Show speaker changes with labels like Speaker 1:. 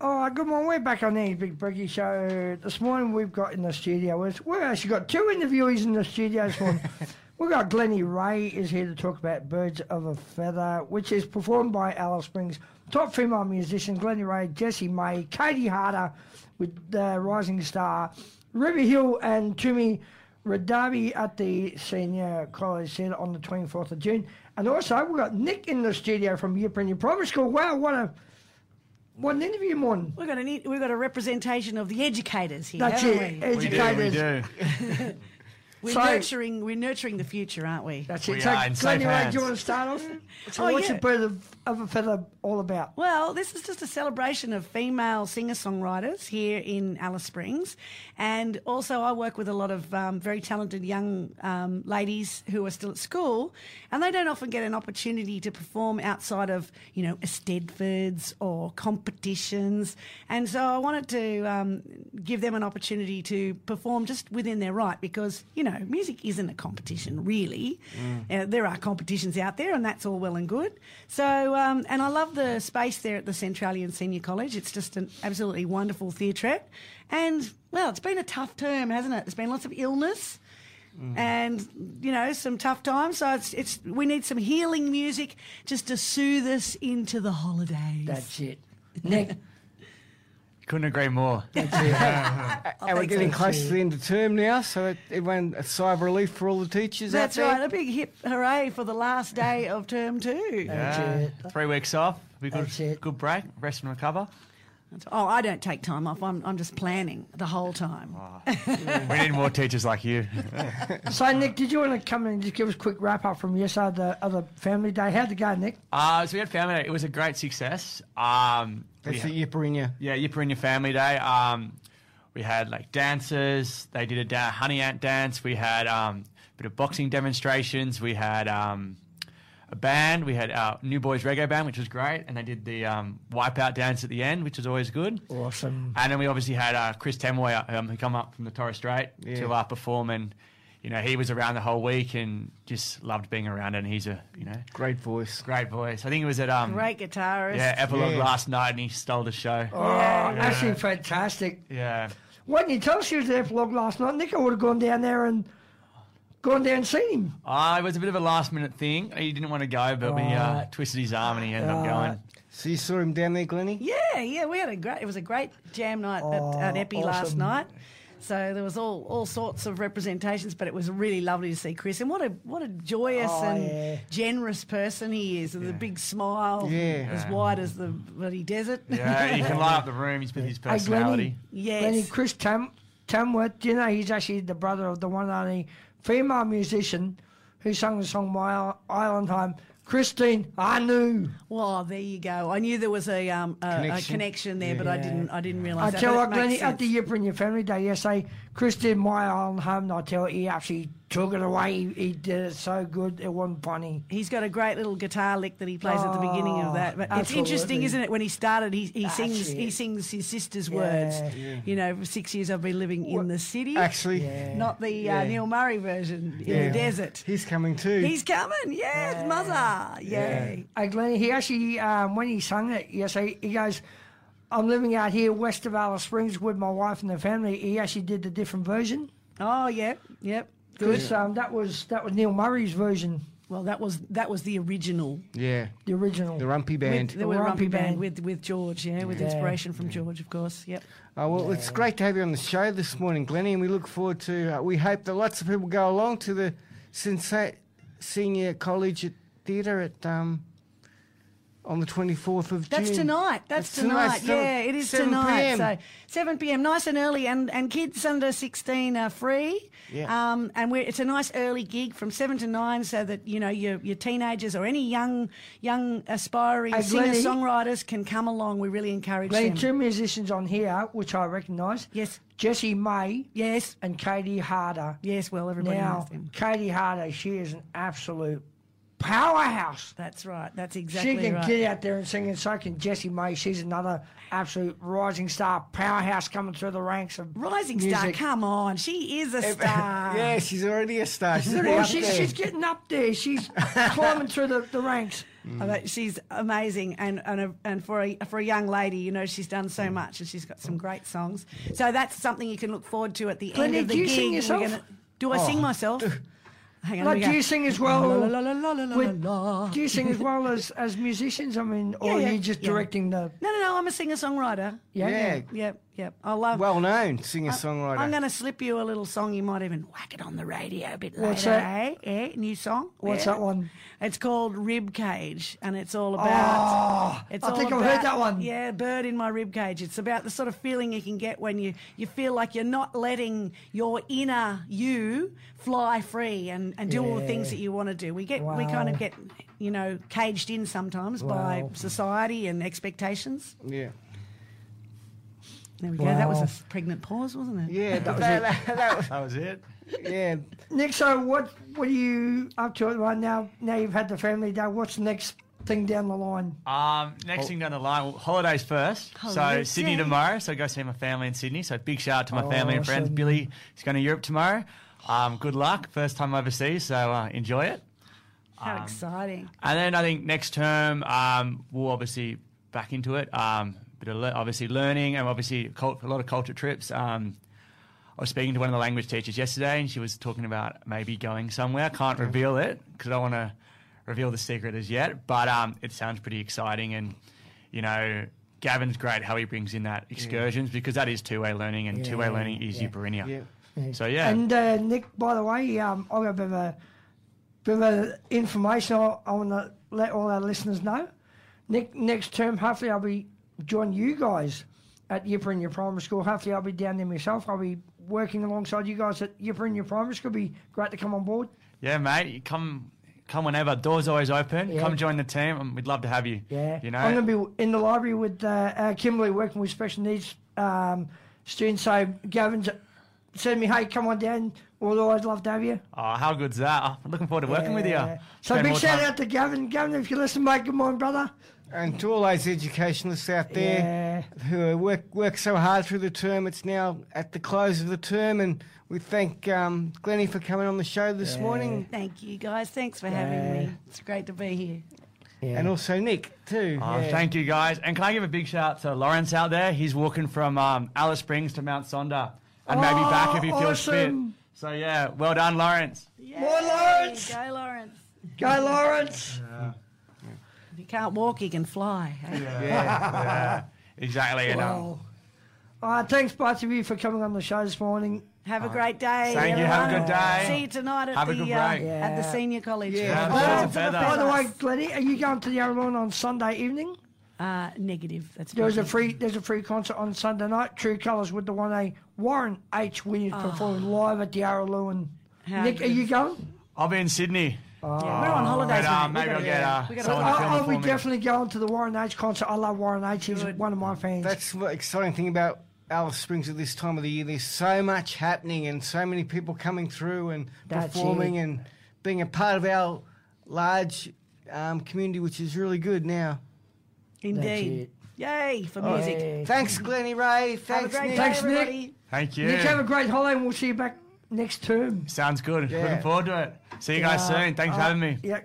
Speaker 1: Uh, good morning. We're back on these Big Briggy. So uh, this morning we've got in the studio is we've actually got two interviewees in the studio this morning. we've got Glennie Ray is here to talk about Birds of a Feather, which is performed by Alice Springs top female musician Glennie Ray, Jessie May, Katie Harder with the Rising Star, Ruby Hill and Toomey Radabi at the Senior College Centre on the 24th of June. And also we've got Nick in the studio from Yippin Primary School. Wow, what a what an interview morning.
Speaker 2: We've got, an, e- we've got a representation of the educators here,
Speaker 1: That's
Speaker 2: haven't
Speaker 1: it.
Speaker 2: we?
Speaker 1: Ed-
Speaker 3: We do, we
Speaker 1: Educators.
Speaker 3: do.
Speaker 2: We're
Speaker 1: So-
Speaker 2: nurturing, we're nurturing the future, aren't we?
Speaker 1: That's
Speaker 3: We
Speaker 1: it. So,
Speaker 3: are in
Speaker 1: Glenn,
Speaker 3: safe
Speaker 1: you want- do you
Speaker 3: hands.
Speaker 1: want to start off? So,
Speaker 2: Oh,
Speaker 1: what's
Speaker 2: yeah.
Speaker 1: a bird of, of a feather all about?
Speaker 2: Well, this is just a celebration of female singer songwriters here in Alice Springs. And also, I work with a lot of um, very talented young um, ladies who are still at school, and they don't often get an opportunity to perform outside of, you know, Stedfords or competitions. And so, I wanted to um, give them an opportunity to perform just within their right because, you know, music isn't a competition, really. Uh, there are competitions out there, and that's all well and good. So, um, and I love the space there at the Centralian Senior College. It's just an absolutely wonderful theatrette. And, well, it's been a tough term, hasn't it? There's been lots of illness. And you know some tough times, so it's it's we need some healing music just to soothe us into the holidays.
Speaker 1: That's it. Nick,
Speaker 3: Couldn't agree more.
Speaker 4: And we're
Speaker 2: think
Speaker 4: getting
Speaker 2: so
Speaker 4: close to the end of term now, so it, everyone, a sigh of relief for all the teachers
Speaker 2: That's
Speaker 4: out there.
Speaker 2: right, a big hip hooray for the last day of term two.
Speaker 1: That's
Speaker 3: Yeah.
Speaker 1: it.
Speaker 3: Three weeks off. We good,
Speaker 1: That's it.
Speaker 3: good break, rest and recover.
Speaker 2: Oh, I don't take time off. I'm, I'm just planning the whole time.
Speaker 3: We need more teachers like you.
Speaker 1: so Nick, did you want to come in and just give us a quick wrap up from yesterday, the other family day? How'd it go, Nick?
Speaker 3: Uh, so we had family day. It was a great success. Um, we
Speaker 4: That's
Speaker 3: ha-
Speaker 4: the Yipperinia.
Speaker 3: yeah, Yipper and your family day. Um, we had like dancers. They did a da- honey ant dance. We had um, a bit of boxing demonstrations. We had um, a band. We had our New Boys Reggae band, which was great. And they did the um, wipeout dance at the end, which was always good.
Speaker 1: Awesome.
Speaker 3: And then we obviously had uh, Chris Temway, um, who come up from the Torres Strait
Speaker 4: Yeah.
Speaker 3: to uh, perform, and you know he was around the whole week and just loved being around. And he's a you know
Speaker 4: Great voice.
Speaker 3: great voice. I think it was at um
Speaker 2: Great guitarist.
Speaker 3: yeah Epilogue
Speaker 4: Yeah.
Speaker 3: last night, and he stole the show.
Speaker 1: Oh, actually fantastic.
Speaker 3: Yeah,
Speaker 1: Why didn't you tell us you was there for long last night? Nick, I would have gone down there and gone down and seen him.
Speaker 3: uh, it was a bit of a last minute thing. He didn't want to go, but we uh,
Speaker 1: Right.
Speaker 3: twisted his arm and he ended up
Speaker 1: Right.
Speaker 3: going.
Speaker 4: So you saw him down there, Glennie?
Speaker 2: Yeah, yeah, we had a great. It was a great jam night
Speaker 1: Oh,
Speaker 2: at, at Epi last
Speaker 1: awesome.
Speaker 2: night. So there was all, all sorts of representations, but it was really lovely to see Chris. And what a what a joyous
Speaker 1: Oh,
Speaker 2: and
Speaker 1: yeah.
Speaker 2: generous person he is, with a big smile,
Speaker 4: Yeah.
Speaker 2: as wide as the bloody desert.
Speaker 3: Yeah, you can light up the room. He's with his
Speaker 1: Hey,
Speaker 3: personality.
Speaker 2: yes.
Speaker 1: Lenny Chris Tam Tamworth, do you know he's actually the brother of the one and only female musician who sung the song My Island Home, Christine Anu.
Speaker 2: Well, oh, there you go. I knew there was a um, a, connection. a
Speaker 4: Connection.
Speaker 2: connection there, but I
Speaker 1: Yeah.
Speaker 2: didn't I didn't
Speaker 1: I
Speaker 2: realise. Oh, that,
Speaker 1: tell you
Speaker 2: but
Speaker 1: what,
Speaker 2: it makes
Speaker 1: Glennie, at the
Speaker 2: sense.
Speaker 1: Yipper and your family day yesterday, Chris did My Island Home, and I tell you, he actually took it away. He, he did it so good, it wasn't funny.
Speaker 2: He's got a great little guitar lick that he plays at the beginning of that. But it's
Speaker 1: Oh, absolutely.
Speaker 2: interesting, isn't it? When he started, he, he
Speaker 1: That's
Speaker 2: sings
Speaker 1: it.
Speaker 2: he sings his sister's
Speaker 1: Yeah.
Speaker 2: words. You know, for six years I've been living in the city,
Speaker 4: Actually,
Speaker 1: Yeah.
Speaker 2: not the uh,
Speaker 4: Yeah.
Speaker 2: Neil Murray version in
Speaker 4: Yeah.
Speaker 2: the desert.
Speaker 4: he's coming too.
Speaker 2: He's coming, yes, mother, yay!
Speaker 1: Hey, Glennie, he actually, um, when he sung it yesterday, he goes, I'm living out here west of Alice Springs with my wife and the family. He actually did the different version.
Speaker 2: Oh, yep, yep, good.
Speaker 1: Because um, that was that was Neil Murray's version,
Speaker 2: Well, that was that was the original.
Speaker 4: yeah,
Speaker 1: the original.
Speaker 4: the Rumpy Band.
Speaker 2: With, the Rumpy,
Speaker 1: Rumpy
Speaker 2: band,
Speaker 1: Band.
Speaker 2: with with George, yeah, with
Speaker 1: Yeah.
Speaker 2: inspiration from George, of course. Yep.
Speaker 4: Oh, well, it's great to have you on the show this morning, Glennie, and we look forward to. Uh, we hope that lots of people go along to the Sensa- Senior College at Theatre at um, on the 24th of June.
Speaker 2: That's tonight. That's
Speaker 4: It's tonight,
Speaker 2: tonight.
Speaker 4: it's
Speaker 2: Yeah,
Speaker 4: tonight.
Speaker 2: it is
Speaker 4: 7
Speaker 2: tonight.
Speaker 4: PM.
Speaker 2: So 7 p.m. Nice and early, and, and kids under 16 are free.
Speaker 4: Yeah.
Speaker 2: Um, and we're, it's a nice early gig from seven to nine, so that you know your your teenagers or any young young aspiring
Speaker 1: Hey,
Speaker 2: singer
Speaker 1: Glennie.
Speaker 2: songwriters can come along. We really encourage
Speaker 1: There are
Speaker 2: them.
Speaker 1: two musicians on here which I recognise.
Speaker 2: Yes.
Speaker 1: Jessie May
Speaker 2: Yes.
Speaker 1: and Katie Harder.
Speaker 2: Yes. Well, everybody
Speaker 1: Now,
Speaker 2: knows them.
Speaker 1: Katie Harder, she is an absolute powerhouse.
Speaker 2: That's right. That's exactly
Speaker 1: she can
Speaker 2: right.
Speaker 1: get out there and sing, and so can Jessie May. She's another absolute rising star powerhouse coming through the ranks of
Speaker 2: Rising star,
Speaker 1: music.
Speaker 2: come on. She is a star.
Speaker 4: yeah, she's already a star. She's already
Speaker 1: Well,
Speaker 4: up
Speaker 1: she's,
Speaker 4: there.
Speaker 1: she's getting up there. She's climbing through the, the ranks.
Speaker 2: I bet she's amazing, and and, a, and for a for a young lady, you know, she's done
Speaker 1: Mm.
Speaker 2: so much, and she's got some great songs. So that's something you can look forward to at the end
Speaker 1: Glennie,
Speaker 2: of the
Speaker 1: do you
Speaker 2: gig.
Speaker 1: sing
Speaker 2: We're
Speaker 1: yourself? Oh.
Speaker 2: do I sing myself? Hang on,
Speaker 1: Like,
Speaker 2: here we
Speaker 1: do
Speaker 2: go.
Speaker 1: you sing as well?
Speaker 2: La, la, la, la, la, la,
Speaker 1: with-
Speaker 2: la.
Speaker 1: Do you sing as well as, as musicians? I mean, or
Speaker 2: Yeah, yeah,
Speaker 1: are you just
Speaker 2: yeah.
Speaker 1: directing the.
Speaker 2: No, no, no. I'm a singer songwriter.
Speaker 1: Yeah.
Speaker 4: Yeah.
Speaker 2: Yep, yep. I love.
Speaker 4: Well known singer songwriter.
Speaker 2: I'm going to slip you a little song. You might even whack it on the radio a bit later.
Speaker 1: What's
Speaker 2: Eh? Eh? New song.
Speaker 1: What's
Speaker 2: Yeah.
Speaker 1: that one?
Speaker 2: It's called Rib Cage, and it's all about.
Speaker 1: Oh,
Speaker 2: It's
Speaker 1: I
Speaker 2: all
Speaker 1: think I've heard
Speaker 2: about-
Speaker 1: that one.
Speaker 2: Yeah, bird in my rib cage. It's about the sort of feeling you can get when you, you feel like you're not letting your inner you fly free and, and do all the things that you want to do. We get we kind of
Speaker 1: Wow.
Speaker 2: get you know caged in sometimes by
Speaker 1: Wow.
Speaker 2: society and expectations.
Speaker 4: yeah.
Speaker 2: There we go. That was a
Speaker 1: Wow.
Speaker 2: s- pregnant pause, wasn't it?
Speaker 4: Yeah, but
Speaker 1: was
Speaker 4: that, that, that was,
Speaker 3: That was it.
Speaker 4: yeah.
Speaker 1: Nick, so what, what are you up to right now? Now you've had the family day. What's the next thing down the line?
Speaker 3: Um, next thing down the line, well, holidays first.
Speaker 2: Holidays,
Speaker 3: so Sydney
Speaker 2: yeah.
Speaker 3: tomorrow. So go see my family in Sydney. So big shout out to my family and friends.
Speaker 1: Awesome.
Speaker 3: Billy is going to Europe tomorrow. Um, good luck. First time overseas, so uh, enjoy it.
Speaker 2: How
Speaker 1: Um,
Speaker 2: exciting!
Speaker 3: And then I think next term um, we'll obviously back into it. Um, bit of le- obviously learning and obviously cult- a lot of culture trips. Um, I was speaking to one of the language teachers yesterday, and she was talking about maybe going somewhere. I can't reveal it because I don't want to reveal the secret as yet. But um, it sounds pretty exciting, and you know, Gavin's great how he brings in that excursions because that is two way learning, and two way
Speaker 1: yeah,
Speaker 3: learning is
Speaker 1: yeah.
Speaker 3: Uberinia.
Speaker 4: Yeah.
Speaker 3: So yeah,
Speaker 1: And uh, Nick, by the way, um, I've got a bit of, a, bit of a information I, I want to let all our listeners know. Nick, next term, hopefully I'll be joining you guys at Yiprinia Primary School. Hopefully I'll be down there myself. I'll be working alongside you guys at Yiprinia Primary School. It'll be great to come on board.
Speaker 3: Yeah, mate. You come, come whenever. Doors always open.
Speaker 1: Yeah.
Speaker 3: Come join the team. Um, We'd love to have you.
Speaker 1: Yeah.
Speaker 3: you know.
Speaker 1: I'm going to be in the library with uh, uh, Kimberly working with special needs um, students. So Gavin's said to me, hey, come on down. We'll always love to have you.
Speaker 3: oh, how good's that? Oh, I'm looking forward to working with you.
Speaker 1: Yeah. So
Speaker 3: Spend
Speaker 1: big
Speaker 3: more
Speaker 1: shout
Speaker 3: time-
Speaker 1: out to Gavin. Gavin, if you listen, mate, good morning, brother.
Speaker 4: And to all those educationalists out there
Speaker 1: Yeah.
Speaker 4: who work work so hard through the term, it's now at the close of the term, and we thank um, Glennie for coming on the show this morning,
Speaker 2: Thank you guys. Thanks for having me. It's great to be here.
Speaker 4: and also Nick too.
Speaker 3: Oh,
Speaker 4: yeah.
Speaker 3: Thank you, guys. And can I give a big shout out to Lawrence out there? He's walking from um, Alice Springs to Mount Sonder and maybe
Speaker 1: Oh,
Speaker 3: back if he feels
Speaker 1: awesome.
Speaker 3: fit. So yeah, well done, Lawrence.
Speaker 1: More Lawrence.
Speaker 2: Go Lawrence.
Speaker 1: Go, Lawrence.
Speaker 2: If you can't walk, you can fly. eh?
Speaker 3: Yeah, exactly. And, um,
Speaker 1: Wow. Uh, thanks, both of you, for coming on the show this morning.
Speaker 2: Have a great day.
Speaker 3: Thank you. Have a
Speaker 2: everyone.
Speaker 3: good day.
Speaker 2: See you tonight at
Speaker 3: Have a
Speaker 2: the
Speaker 3: good
Speaker 2: uh,
Speaker 3: break.
Speaker 2: at the
Speaker 1: Yeah.
Speaker 2: senior college.
Speaker 4: Yeah.
Speaker 3: Birds
Speaker 1: Uh,
Speaker 3: of a feather.
Speaker 1: by the way, Glennie, are you going to the Avalon on Sunday evening?
Speaker 2: Uh, negative. That's
Speaker 1: There's a
Speaker 2: positive.
Speaker 1: free there's a free concert on Sunday night. True Colours with the one A Warren H Williams performing live at the Araluen.
Speaker 2: Oh. How
Speaker 1: Nick, are
Speaker 2: good.
Speaker 1: you going?
Speaker 3: I'll be in Sydney.
Speaker 2: Yeah, we're on holidays.
Speaker 3: But, uh,
Speaker 2: mate.
Speaker 3: maybe
Speaker 2: We
Speaker 3: I'll
Speaker 2: gotta-
Speaker 3: get uh,
Speaker 2: we gotta- Oh,
Speaker 3: someone to
Speaker 1: I'll,
Speaker 3: film it
Speaker 1: I'll be
Speaker 3: for me.
Speaker 1: definitely going to the Warren H concert. I love Warren H. He's one of my fans.
Speaker 4: That's the exciting thing about Alice Springs at this time of the year. There's so much happening and so many people coming through and
Speaker 1: That's
Speaker 4: performing
Speaker 1: it.
Speaker 4: and being a part of our large um, community, which is really good now.
Speaker 2: Indeed. Yay for
Speaker 3: Oh,
Speaker 2: music.
Speaker 1: Hey.
Speaker 4: Thanks, Glennie Ray.
Speaker 2: Have a
Speaker 4: Thanks,
Speaker 2: great
Speaker 4: Nick.
Speaker 2: day,
Speaker 1: Thanks, Nick.
Speaker 2: everybody.
Speaker 3: Thank you.
Speaker 1: Nick, have a great holiday and we'll see you back next term.
Speaker 3: Sounds good.
Speaker 4: Yeah.
Speaker 3: Looking forward to it. See you guys
Speaker 1: Uh,
Speaker 3: soon. Thanks
Speaker 1: uh,
Speaker 3: for having me.
Speaker 1: Yeah.